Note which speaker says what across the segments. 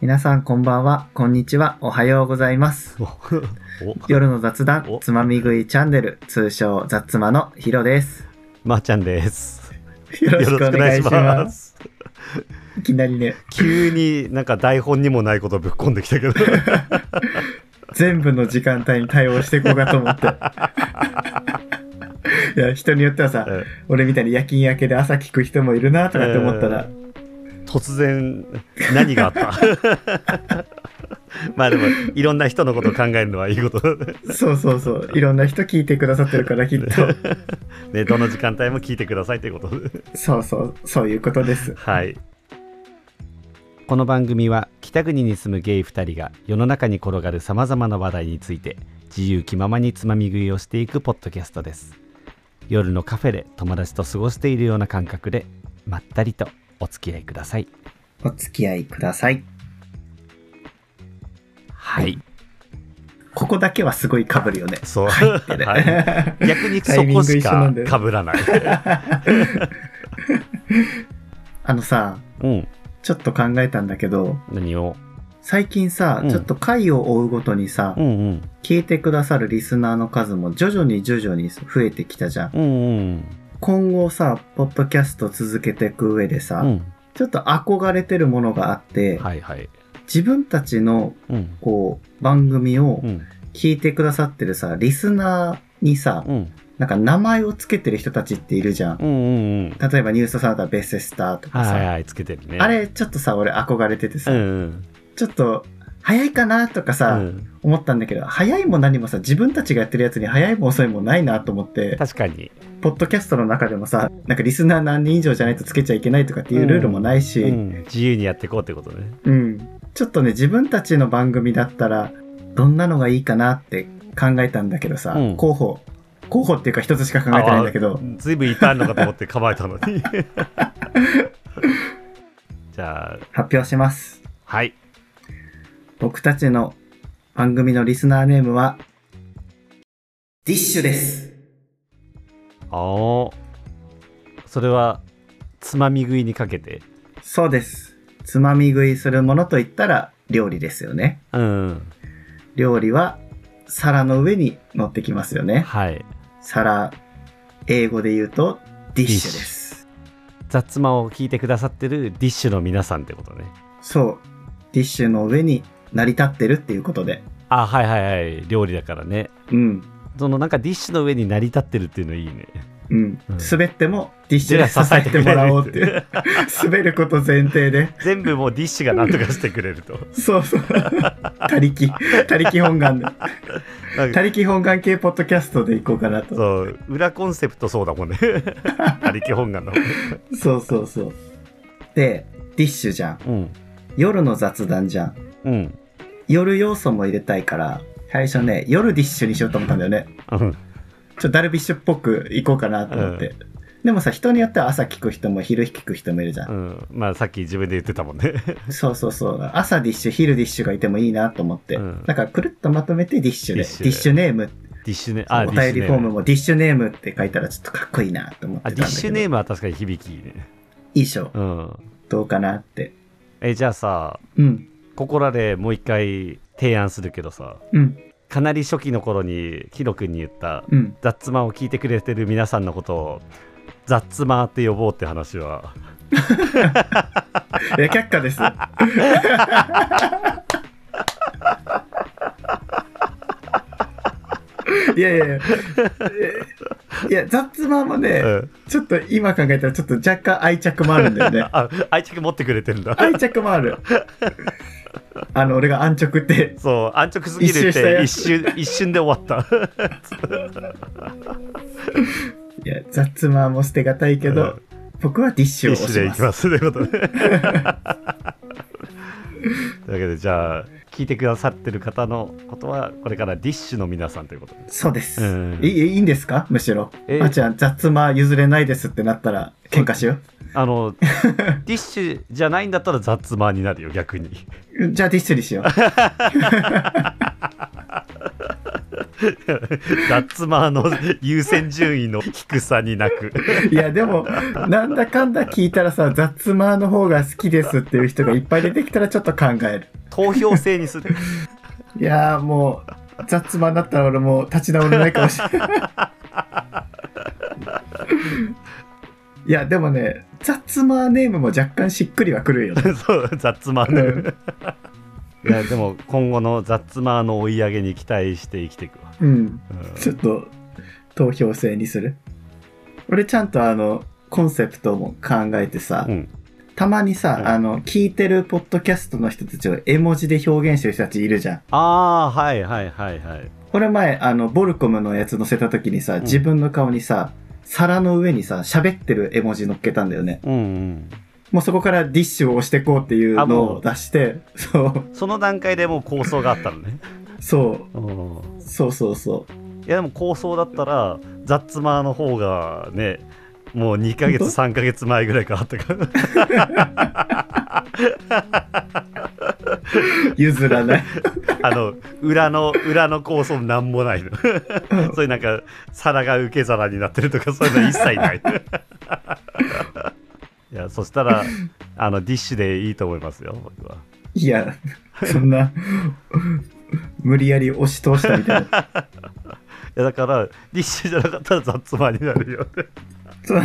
Speaker 1: 皆さんこんばんは、こんにちは、おはようございます。
Speaker 2: おお
Speaker 1: 夜の雑談
Speaker 2: お、
Speaker 1: つまみ食いチャンネル、通称雑妻のヒロです。
Speaker 2: まー、ちゃんです。
Speaker 1: よろしくお願いし
Speaker 2: よろくお願
Speaker 1: ま
Speaker 2: いし
Speaker 1: す。いきなりね、
Speaker 2: 急になんか台本にもないことぶっこんできたけど、
Speaker 1: 全部の時間帯に対応していこうかと思 って。いや、人によってはさ、俺みたいに夜勤明けで朝聞く人もいるなとかって思ったら、
Speaker 2: 突然何があった まあでもいろんな人のことを考えるのはいいことだね
Speaker 1: そうそうそう、いろんな人聞いてくださってるからきっと、
Speaker 2: ねどの時間帯も聞いてくださいということで
Speaker 1: そうそう、そういうことです。
Speaker 2: はい。この番組は北国に住むゲイ2人が世の中に転がるさまざまな話題について自由気ままにつまみ食いをしていくポッドキャストです。夜のカフェで友達と過ごしているような感覚でまったりとお付き合いください。
Speaker 1: お付き合いください。
Speaker 2: はい。
Speaker 1: ここだけはすごい被るよね。
Speaker 2: そう。
Speaker 1: 入ってね
Speaker 2: はい逆に
Speaker 1: タイ
Speaker 2: そ
Speaker 1: ミン
Speaker 2: こ
Speaker 1: グ
Speaker 2: し
Speaker 1: 一緒な
Speaker 2: か
Speaker 1: んだよ
Speaker 2: 被らない。
Speaker 1: あのさ、
Speaker 2: うん。
Speaker 1: ちょっと考えたんだけど、
Speaker 2: 何を
Speaker 1: 最近さ、
Speaker 2: うん
Speaker 1: ちょっと回を追うごとにさ、
Speaker 2: うんうん。
Speaker 1: 聞いてくださるリスナーの数も徐々に徐々に増えてきたじゃん。
Speaker 2: うんうん。
Speaker 1: 今後さ、ポッドキャスト続けていく上でさ、
Speaker 2: うん。
Speaker 1: ちょっと憧れてるものがあって、
Speaker 2: はいはい。
Speaker 1: 自分たちの
Speaker 2: うん。
Speaker 1: こう、番組を
Speaker 2: うん。
Speaker 1: 聞いてくださってるさ、リスナーにさ、
Speaker 2: うん。
Speaker 1: なんか名前をつけてる人たちっているじゃん。
Speaker 2: うんうんうん。
Speaker 1: 例えばニュースサンダーベッセスターとかさ、
Speaker 2: はいはい、つけてるね。
Speaker 1: あれちょっとさ、俺憧れててさ、
Speaker 2: うんうん。
Speaker 1: ちょっと早いかなとか
Speaker 2: う
Speaker 1: さ、
Speaker 2: ん。
Speaker 1: 思ったんだけど、早いも何もさ、自分たちがやってるやつに早いも遅いもないなと思って、
Speaker 2: 確かに。
Speaker 1: ポッドキャストの中でもさ、なんかリスナー何人以上じゃないとつけちゃいけないとかっていうルールもないし、う。
Speaker 2: うんん自由にやっていこうってことね。
Speaker 1: ちょっとね、自分たちの番組だったら、どんなのがいいかなって考えたんだけどさ、
Speaker 2: うん
Speaker 1: 候補、候補っていうか一つしか考えてないんだけど、
Speaker 2: ずいぶんいっぱいあるのかと思って構えたのに。 じゃあ、
Speaker 1: 発表します。
Speaker 2: はい。
Speaker 1: 僕たちの番組のリスナーネームは、ディッシュです。
Speaker 2: あお。それは、つまみ食いにかけて。
Speaker 1: そうです。つまみ食いするものといったら料理ですよね。
Speaker 2: うん。
Speaker 1: 料理は皿の上に乗ってきますよね。
Speaker 2: はい。
Speaker 1: 皿、英語で言うとディッシュです。
Speaker 2: 雑魔を聞いてくださってるディッシュの皆さんってことね。
Speaker 1: そう。ディッシュの上に成り立ってるっていうことで。
Speaker 2: あ、はいはいはい。料理だからね。
Speaker 1: うん。
Speaker 2: そのなんかディッシュの上に成り立ってるっていうのいい ね。
Speaker 1: うん
Speaker 2: うん。
Speaker 1: 滑ってもディッシュで支
Speaker 2: じゃあ
Speaker 1: えてもらおうってい
Speaker 2: 支え
Speaker 1: う。滑ること前提で。
Speaker 2: 全部もうディッシュがなんとかしてくれると。
Speaker 1: そうそう。他力。他力本願で。
Speaker 2: なんか
Speaker 1: 他力本願系ポッドキャストでいこうかなと。
Speaker 2: そう裏コンセプトそうだもん ね。ありき本願の。
Speaker 1: そうそうそう。で、ディッシュじゃん。
Speaker 2: うん
Speaker 1: 夜の雑談じゃん。
Speaker 2: うん
Speaker 1: 夜要素も入れたいから、最初ね、夜ディッシュにしようと思ったんだよね。
Speaker 2: うん
Speaker 1: ちょっとダルビッシュっぽく行こうかなと思って。でもさ、人によっては朝聞く人も昼聞く人もいるじゃ。
Speaker 2: うんん。まあさっき自分で言ってたも んね。
Speaker 1: そうそうそう。朝ディッシュ、昼ディッシュがいてもいいなと思って。
Speaker 2: うん
Speaker 1: だからくるっとまとめてディッシュで。
Speaker 2: デ
Speaker 1: デ
Speaker 2: ィッシ
Speaker 1: ィッシ
Speaker 2: ュで
Speaker 1: ュネーム。
Speaker 2: ディッシュネ
Speaker 1: お便りフォーム
Speaker 2: ム。
Speaker 1: もディッシュネームって書いたらちょっとかっこいいなと思ってた
Speaker 2: あ
Speaker 1: ん
Speaker 2: デ
Speaker 1: だけ
Speaker 2: ィ
Speaker 1: ど。
Speaker 2: ッシュネームは確かに響きいいね。
Speaker 1: いいでしょ。
Speaker 2: うん。
Speaker 1: どうかなって。
Speaker 2: えじゃあさ
Speaker 1: うん。
Speaker 2: ここらでもう一回提案するけどさ
Speaker 1: うん。
Speaker 2: かなり初期の頃にヒロ君に言った
Speaker 1: うん。
Speaker 2: 雑マを聞いてくれてる皆さんのことを雑マって呼ぼうって話は。
Speaker 1: いや、却下です。いやいやいや。いや、雑マもね、
Speaker 2: うん
Speaker 1: ちょっと今考えたらちょっと若干愛着もあるんだよね。
Speaker 2: あ愛着持ってくれてんだ。
Speaker 1: 愛着もある。あの、俺が安直って。
Speaker 2: そう安直すぎるっ
Speaker 1: 一周した
Speaker 2: て
Speaker 1: や
Speaker 2: 一瞬一瞬で終わった。
Speaker 1: いや、雑マも捨てがたいけど、
Speaker 2: うん
Speaker 1: 僕はティッシュを
Speaker 2: 一
Speaker 1: 押
Speaker 2: 種
Speaker 1: し
Speaker 2: でい
Speaker 1: ま
Speaker 2: き
Speaker 1: す。
Speaker 2: ます ということで。というわけでじゃあ聞いてくださってる方のことはこれからディッシュの皆さんということで
Speaker 1: そうです。
Speaker 2: うん
Speaker 1: いいいいんですかむしろ。
Speaker 2: え
Speaker 1: あちゃん、雑マ譲れないですってなったら、喧嘩しよ
Speaker 2: あ のディッシュじゃないんだったら雑マになるよ逆に
Speaker 1: う。じゃあティッシュにしよう。
Speaker 2: 雑マの優先順位の低さになく
Speaker 1: いや、でも、なんだかんだ聞いたらさ、雑マの方が好きですっていう人がいっぱい出てきたらちょっと考える。
Speaker 2: 投票制にする
Speaker 1: いやーもう雑魔になったら俺もう立ち直れないかもしれないいやでもね雑魔ネームも若干しっくりはくるよね
Speaker 2: そう雑マン
Speaker 1: うん
Speaker 2: いやでも今後の雑マの追い上げに期待して生きていくわ、
Speaker 1: うん
Speaker 2: うん
Speaker 1: ちょっと投票制にする俺ちゃんとあのコンセプトも考えてさ、
Speaker 2: うん
Speaker 1: たまにさ、
Speaker 2: うん
Speaker 1: あの聞いてるポッドキャストの人たちを絵文字で表現してる人たちいるじゃん
Speaker 2: ああはいはいはいはい
Speaker 1: 俺前あのボルコムのやつ載せた時にさ、
Speaker 2: ん
Speaker 1: 自分の顔にさ皿の上にさ喋ってる絵文字乗っけたんだよね
Speaker 2: うんうん
Speaker 1: もうそこからディッシュを押してこうっていう
Speaker 2: あ
Speaker 1: の
Speaker 2: も
Speaker 1: を
Speaker 2: う
Speaker 1: 出してそう
Speaker 2: その段階でもう構想があったのね
Speaker 1: そ
Speaker 2: うん
Speaker 1: うそうそうそう
Speaker 2: いやでも構想だったら雑マの方がねもう2ヶ月
Speaker 1: 本当
Speaker 2: 3ヶ月前ぐらいからあったから
Speaker 1: 譲らない
Speaker 2: あの裏の裏の構想なんもないの
Speaker 1: うん
Speaker 2: そういうなんか皿が受け皿になってるとかそういうの一切ない いやそしたらあのディッシュでいいと思いますよ僕はい
Speaker 1: やそんな無理やり押し通したみたいない
Speaker 2: やだからディッシュじゃなかったら雑マになるよね
Speaker 1: そう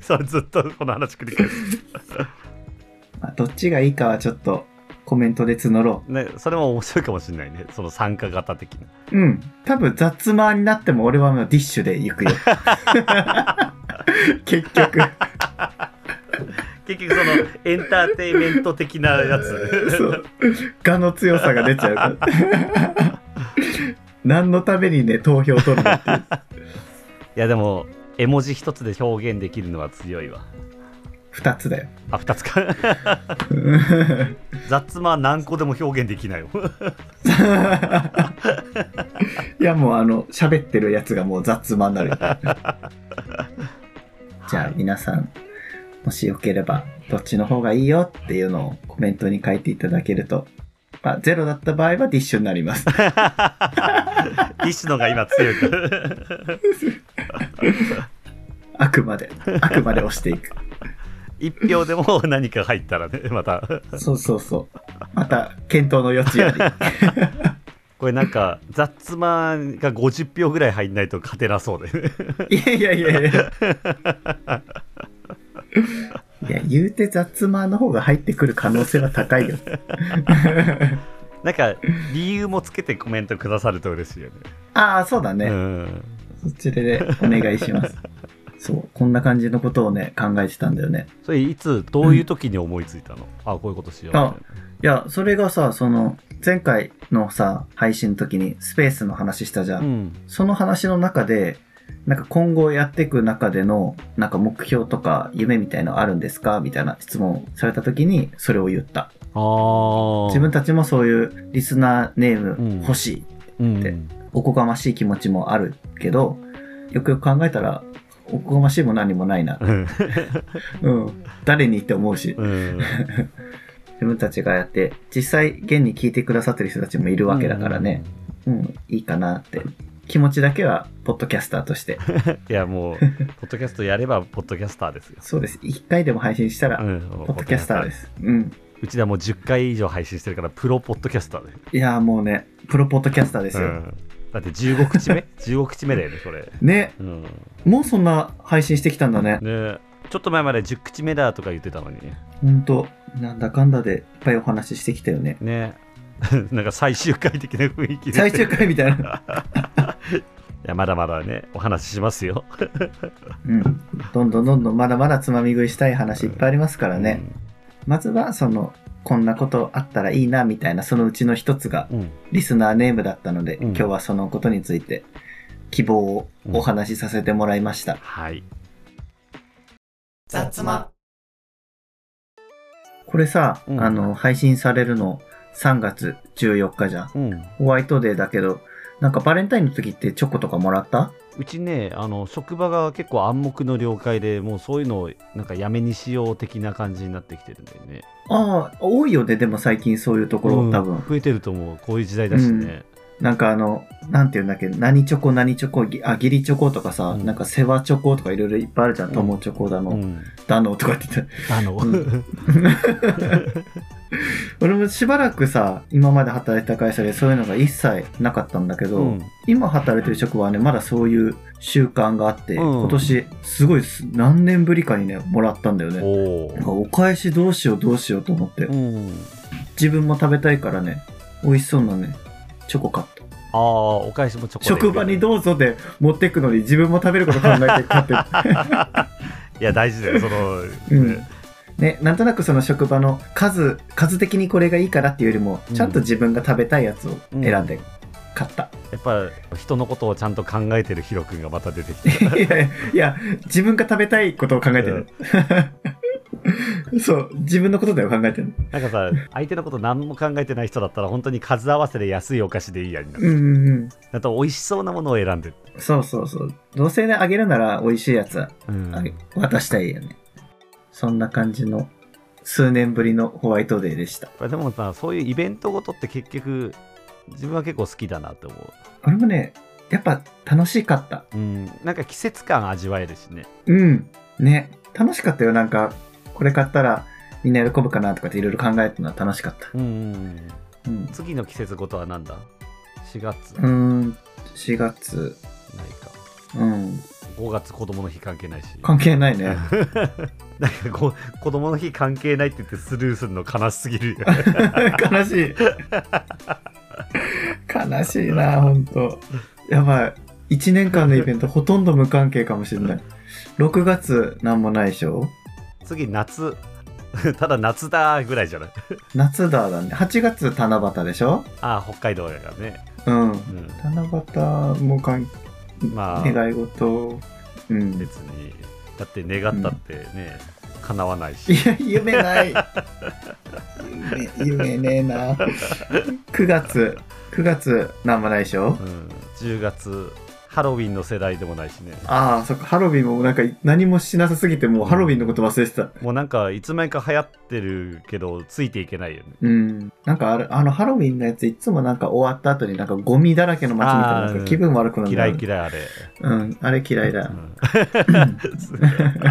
Speaker 2: そうずっとこの話繰り返す
Speaker 1: まあどっちがいいかはちょっとコメントで募ろ
Speaker 2: ねそれも面白いかもしれないねその参加型的な
Speaker 1: ううん多分雑魔になっても俺はもうディッシュで行くよ 結局
Speaker 2: 結局そのエンターテインメント的なやつ
Speaker 1: そう。我の強さが出ちゃう から。何のためにね、投票取るのっていう。
Speaker 2: いやでも絵文字一つで表現できるのは強いわ
Speaker 1: 二つだよ。
Speaker 2: あ二つか 雑魔何個でも表現できないよ
Speaker 1: いや、もうあの、喋ってるやつがもう雑魔になるよ。じゃあ皆さん、もしよければ、どっちの方がいいよっていうのをコメントに書いていただけると、まあ、ゼロだった場合はディッシュになります。
Speaker 2: ディッシュのが今強いから
Speaker 1: あくまで、あくまで押していく。
Speaker 2: 一票でも何か入ったらねまた
Speaker 1: そうそうそう。また、検討の余地あり。
Speaker 2: これなんか雑魔が50票ぐらい入んないと勝てなそうで
Speaker 1: いやいやいやいや。いや、言うて雑魔の方が入ってくる可能性は高 いよ。
Speaker 2: なんか理由もつけてコメントくださると嬉しいよね
Speaker 1: ああ、そうだね。
Speaker 2: うん
Speaker 1: そちらでお願いし ます。そう、こんな感じのことをね、考えてたんだよね。
Speaker 2: それいつどういう時に思いついたの、あこういうことしようみたい
Speaker 1: あいや、それがさ、その、前回のさ、配信の時にスペースの話したじゃ。
Speaker 2: なんうん
Speaker 1: その話の中で、なんか今後やっていく中での、なんか目標とか夢みたいのあるんですかみたいな質問された時に、それを言った。
Speaker 2: ああ
Speaker 1: 自分たちもそういうリスナーネーム欲しい、って
Speaker 2: うん
Speaker 1: おこがましい気持ちもあるけどよくよく考えたらおこがましいも何もないな、
Speaker 2: うん
Speaker 1: うん、誰にって思うし
Speaker 2: うん
Speaker 1: 自分たちがやって実際現に聞いてくださってる人たちもいるわけだからね、うんいいかなって気持ちだけはポッドキャスターと して
Speaker 2: うん。いやもう、ポッドキャストやればポッドキャスタ ーですよ。
Speaker 1: そうです1回でも配信したら、
Speaker 2: うん。
Speaker 1: ポッドキャスターですすうん
Speaker 2: うちらもう10回以上配信してるから、プロポッドキャスターで。
Speaker 1: いやーもうねプロポッドキャスターです
Speaker 2: う
Speaker 1: よ、
Speaker 2: んだって15口目 ?15 口目だよね、それ。
Speaker 1: ね
Speaker 2: うん。
Speaker 1: もうそんな配信してきたんだね
Speaker 2: ねちょっと前まで10口目だとか言ってたのに。
Speaker 1: ほんとなんだかんだでいっぱいお話ししてきたよね
Speaker 2: ね なんか最終回的な雰囲気で。
Speaker 1: 最終
Speaker 2: い
Speaker 1: 回みたいな
Speaker 2: や、まだまだね、お話ししますよ。
Speaker 1: うん、どんどんどんどんまだまだつまみ食いしたい話いっぱいありますからね、まずはそのこんなことあったらいいなみたいなそのうちの一つが
Speaker 2: うん。うん。
Speaker 1: リスナーネームだったので、
Speaker 2: うん
Speaker 1: 今日はそのことについて希望をお話しさせてもらいました、
Speaker 2: はい。
Speaker 1: 雑魔これさ、
Speaker 2: うん
Speaker 1: あの配信されるの3月14日じゃん
Speaker 2: うん。
Speaker 1: ホワイトデーだけどなんかバレンタインの時ってチョコとかもらった
Speaker 2: うちねあの職場が結構暗黙の了解でもうそういうのをなんかやめにしよう的な感じになってきてるんだよね
Speaker 1: ああ多いよねでも最近そういうところ、
Speaker 2: うん
Speaker 1: 多分
Speaker 2: 増えてると思うこういう時代だしね、
Speaker 1: なんかあの、なんていうんだっけ、何チョコ何チョコ、ぎあ、ギリチョコとかさ、
Speaker 2: うん
Speaker 1: なんか世話チョコとかいろいろいっぱいあるじゃん。
Speaker 2: うん
Speaker 1: 友チョコだの、
Speaker 2: うん、
Speaker 1: だのとかって言って。
Speaker 2: あの、
Speaker 1: うん俺もしばらくさ、今まで働いてた会社でそういうのが一切なかったんだけど、
Speaker 2: うん
Speaker 1: 今働いてる職場はね、まだそういう習慣があって、
Speaker 2: うん
Speaker 1: 今年すごいす何年ぶりかにね、もらったんだよね。
Speaker 2: お
Speaker 1: なん
Speaker 2: ー
Speaker 1: かお返しどうしようどうしようと思って、
Speaker 2: うん、
Speaker 1: 自分も食べたいからね、美味しそうなね、チョコ買った。
Speaker 2: ああお返しもチョコで
Speaker 1: 職場にどうぞで持ってくのに自分も食べること考えて買ってる
Speaker 2: いや大事だよその、
Speaker 1: うんね、なんとなくその職場の数数的にこれがいいからっていうよりも
Speaker 2: うん
Speaker 1: ちゃんと自分が食べたいやつを選んで買った、
Speaker 2: やっぱ人のことをちゃんと考えてるヒロ君がまた出てきて
Speaker 1: いやいや自分が食べたいことを考えてる、 そう自分のことだよ考えてる
Speaker 2: なんかさ相手のこと何も考えてない人だったら本当に数合わせで安いお菓子でいいやになる、
Speaker 1: うんうんうん
Speaker 2: あと美味しそうなものを選んで、
Speaker 1: そうそうそうどうせねあげるなら美味しいやつは
Speaker 2: うん
Speaker 1: あげ渡したいよねそんな感じの数年ぶりのホワイトデーでした
Speaker 2: でもさそういうイベントごとって結局自分は結構好きだなと思う、
Speaker 1: 俺もねやっぱ楽しかった
Speaker 2: うん、なんか季節感味わえるしね
Speaker 1: うん。ね。楽しかったよ。なんか、これ買ったらみんな喜ぶかなとかっていろいろ考えたのは楽しかった。
Speaker 2: うん
Speaker 1: うん。
Speaker 2: 次の季節ごとは何だ4月
Speaker 1: うーん。4月。
Speaker 2: ないか
Speaker 1: うん。
Speaker 2: 5月子供の日関係ないし
Speaker 1: 関係ない ね。
Speaker 2: なんかこう子供の日関係ないって言ってスルーするの悲しすぎる よ
Speaker 1: 悲しい。悲しいな、ほんと。やばい。1年間のイベントほとんど無関係かもしれない。6月なんもないでしょ
Speaker 2: 次夏 ただ夏だぐらいじゃない
Speaker 1: 夏だだね。8月七夕でしょ
Speaker 2: ああ北海道やからね、
Speaker 1: うん。
Speaker 2: うん、
Speaker 1: 七夕も関
Speaker 2: まあ
Speaker 1: 願い事。うん。
Speaker 2: 別にだって願ったってね、叶わない
Speaker 1: い
Speaker 2: し
Speaker 1: や、 夢ない。夢、夢ねえな。9月、9月、なんもないでしょ
Speaker 2: うん、10月ハロウィンの世代でもないしね
Speaker 1: ああ、そっか、ハロウィンもなんか何もしなさすぎて、もうハロウィンのこと忘れてた。
Speaker 2: もうなんかいつまにか流行ってるけどついていけないよね
Speaker 1: うん。なんかあれ、あの、ハロウィンのやつ、いつもなんか終わった後になんかゴミだらけの街みたいな、
Speaker 2: あ
Speaker 1: な
Speaker 2: ー
Speaker 1: んか気分悪くなるんだ
Speaker 2: 嫌
Speaker 1: よ
Speaker 2: い嫌いあれ、
Speaker 1: うん、あれ嫌いだ
Speaker 2: う。ん で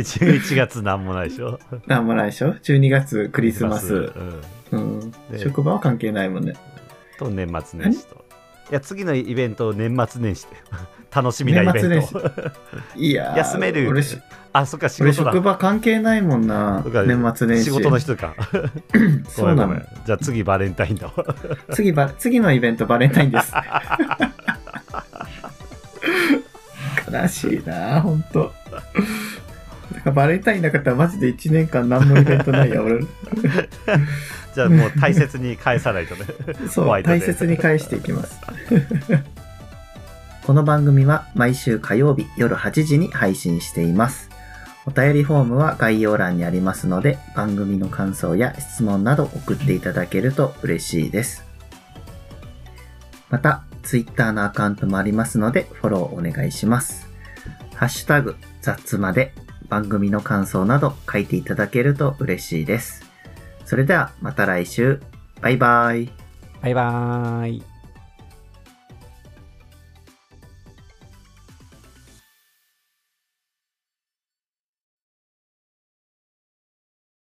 Speaker 2: 11月なんもないでしょ
Speaker 1: なんもないでしょ ?12 月、 クリスマ
Speaker 2: ク
Speaker 1: ス。
Speaker 2: う
Speaker 1: う
Speaker 2: ん、
Speaker 1: ん。
Speaker 2: で
Speaker 1: 職場は関係ないもんね。
Speaker 2: と年末年始といや次のイベント年末年始で楽しみなイベ
Speaker 1: 年
Speaker 2: ン
Speaker 1: 末
Speaker 2: ト
Speaker 1: いやー
Speaker 2: 休める
Speaker 1: 俺し、
Speaker 2: あそっか仕
Speaker 1: 俺
Speaker 2: 事だ
Speaker 1: 職場関係ないもんな
Speaker 2: そっか。
Speaker 1: 年末年始。
Speaker 2: 仕事の人かご
Speaker 1: そ
Speaker 2: め
Speaker 1: うん
Speaker 2: ご
Speaker 1: な
Speaker 2: め
Speaker 1: の
Speaker 2: ん。じゃあ次バレンタインだわ
Speaker 1: 次ば、次のイベントバレンタインです。悲しいなぁ、ほんと。だからバレンタインなかったらマジで1年間何もイベントないや、俺。
Speaker 2: じゃあもう大切に返さないとね
Speaker 1: そ
Speaker 2: ホワ
Speaker 1: う、
Speaker 2: イトデー
Speaker 1: 大切に返していきます。 この番組は毎週火曜日夜8時に配信しています。お便りフォームは概要欄にありますので、番組の感想や質問など送っていただけると嬉しいです。また、Twitter のアカウントもありますので、フォローお願いします。ハッシュタグ、雑まで番組の感想など書いていただけると嬉しいです。それではまた来週。バイバイ。
Speaker 2: バイバーイ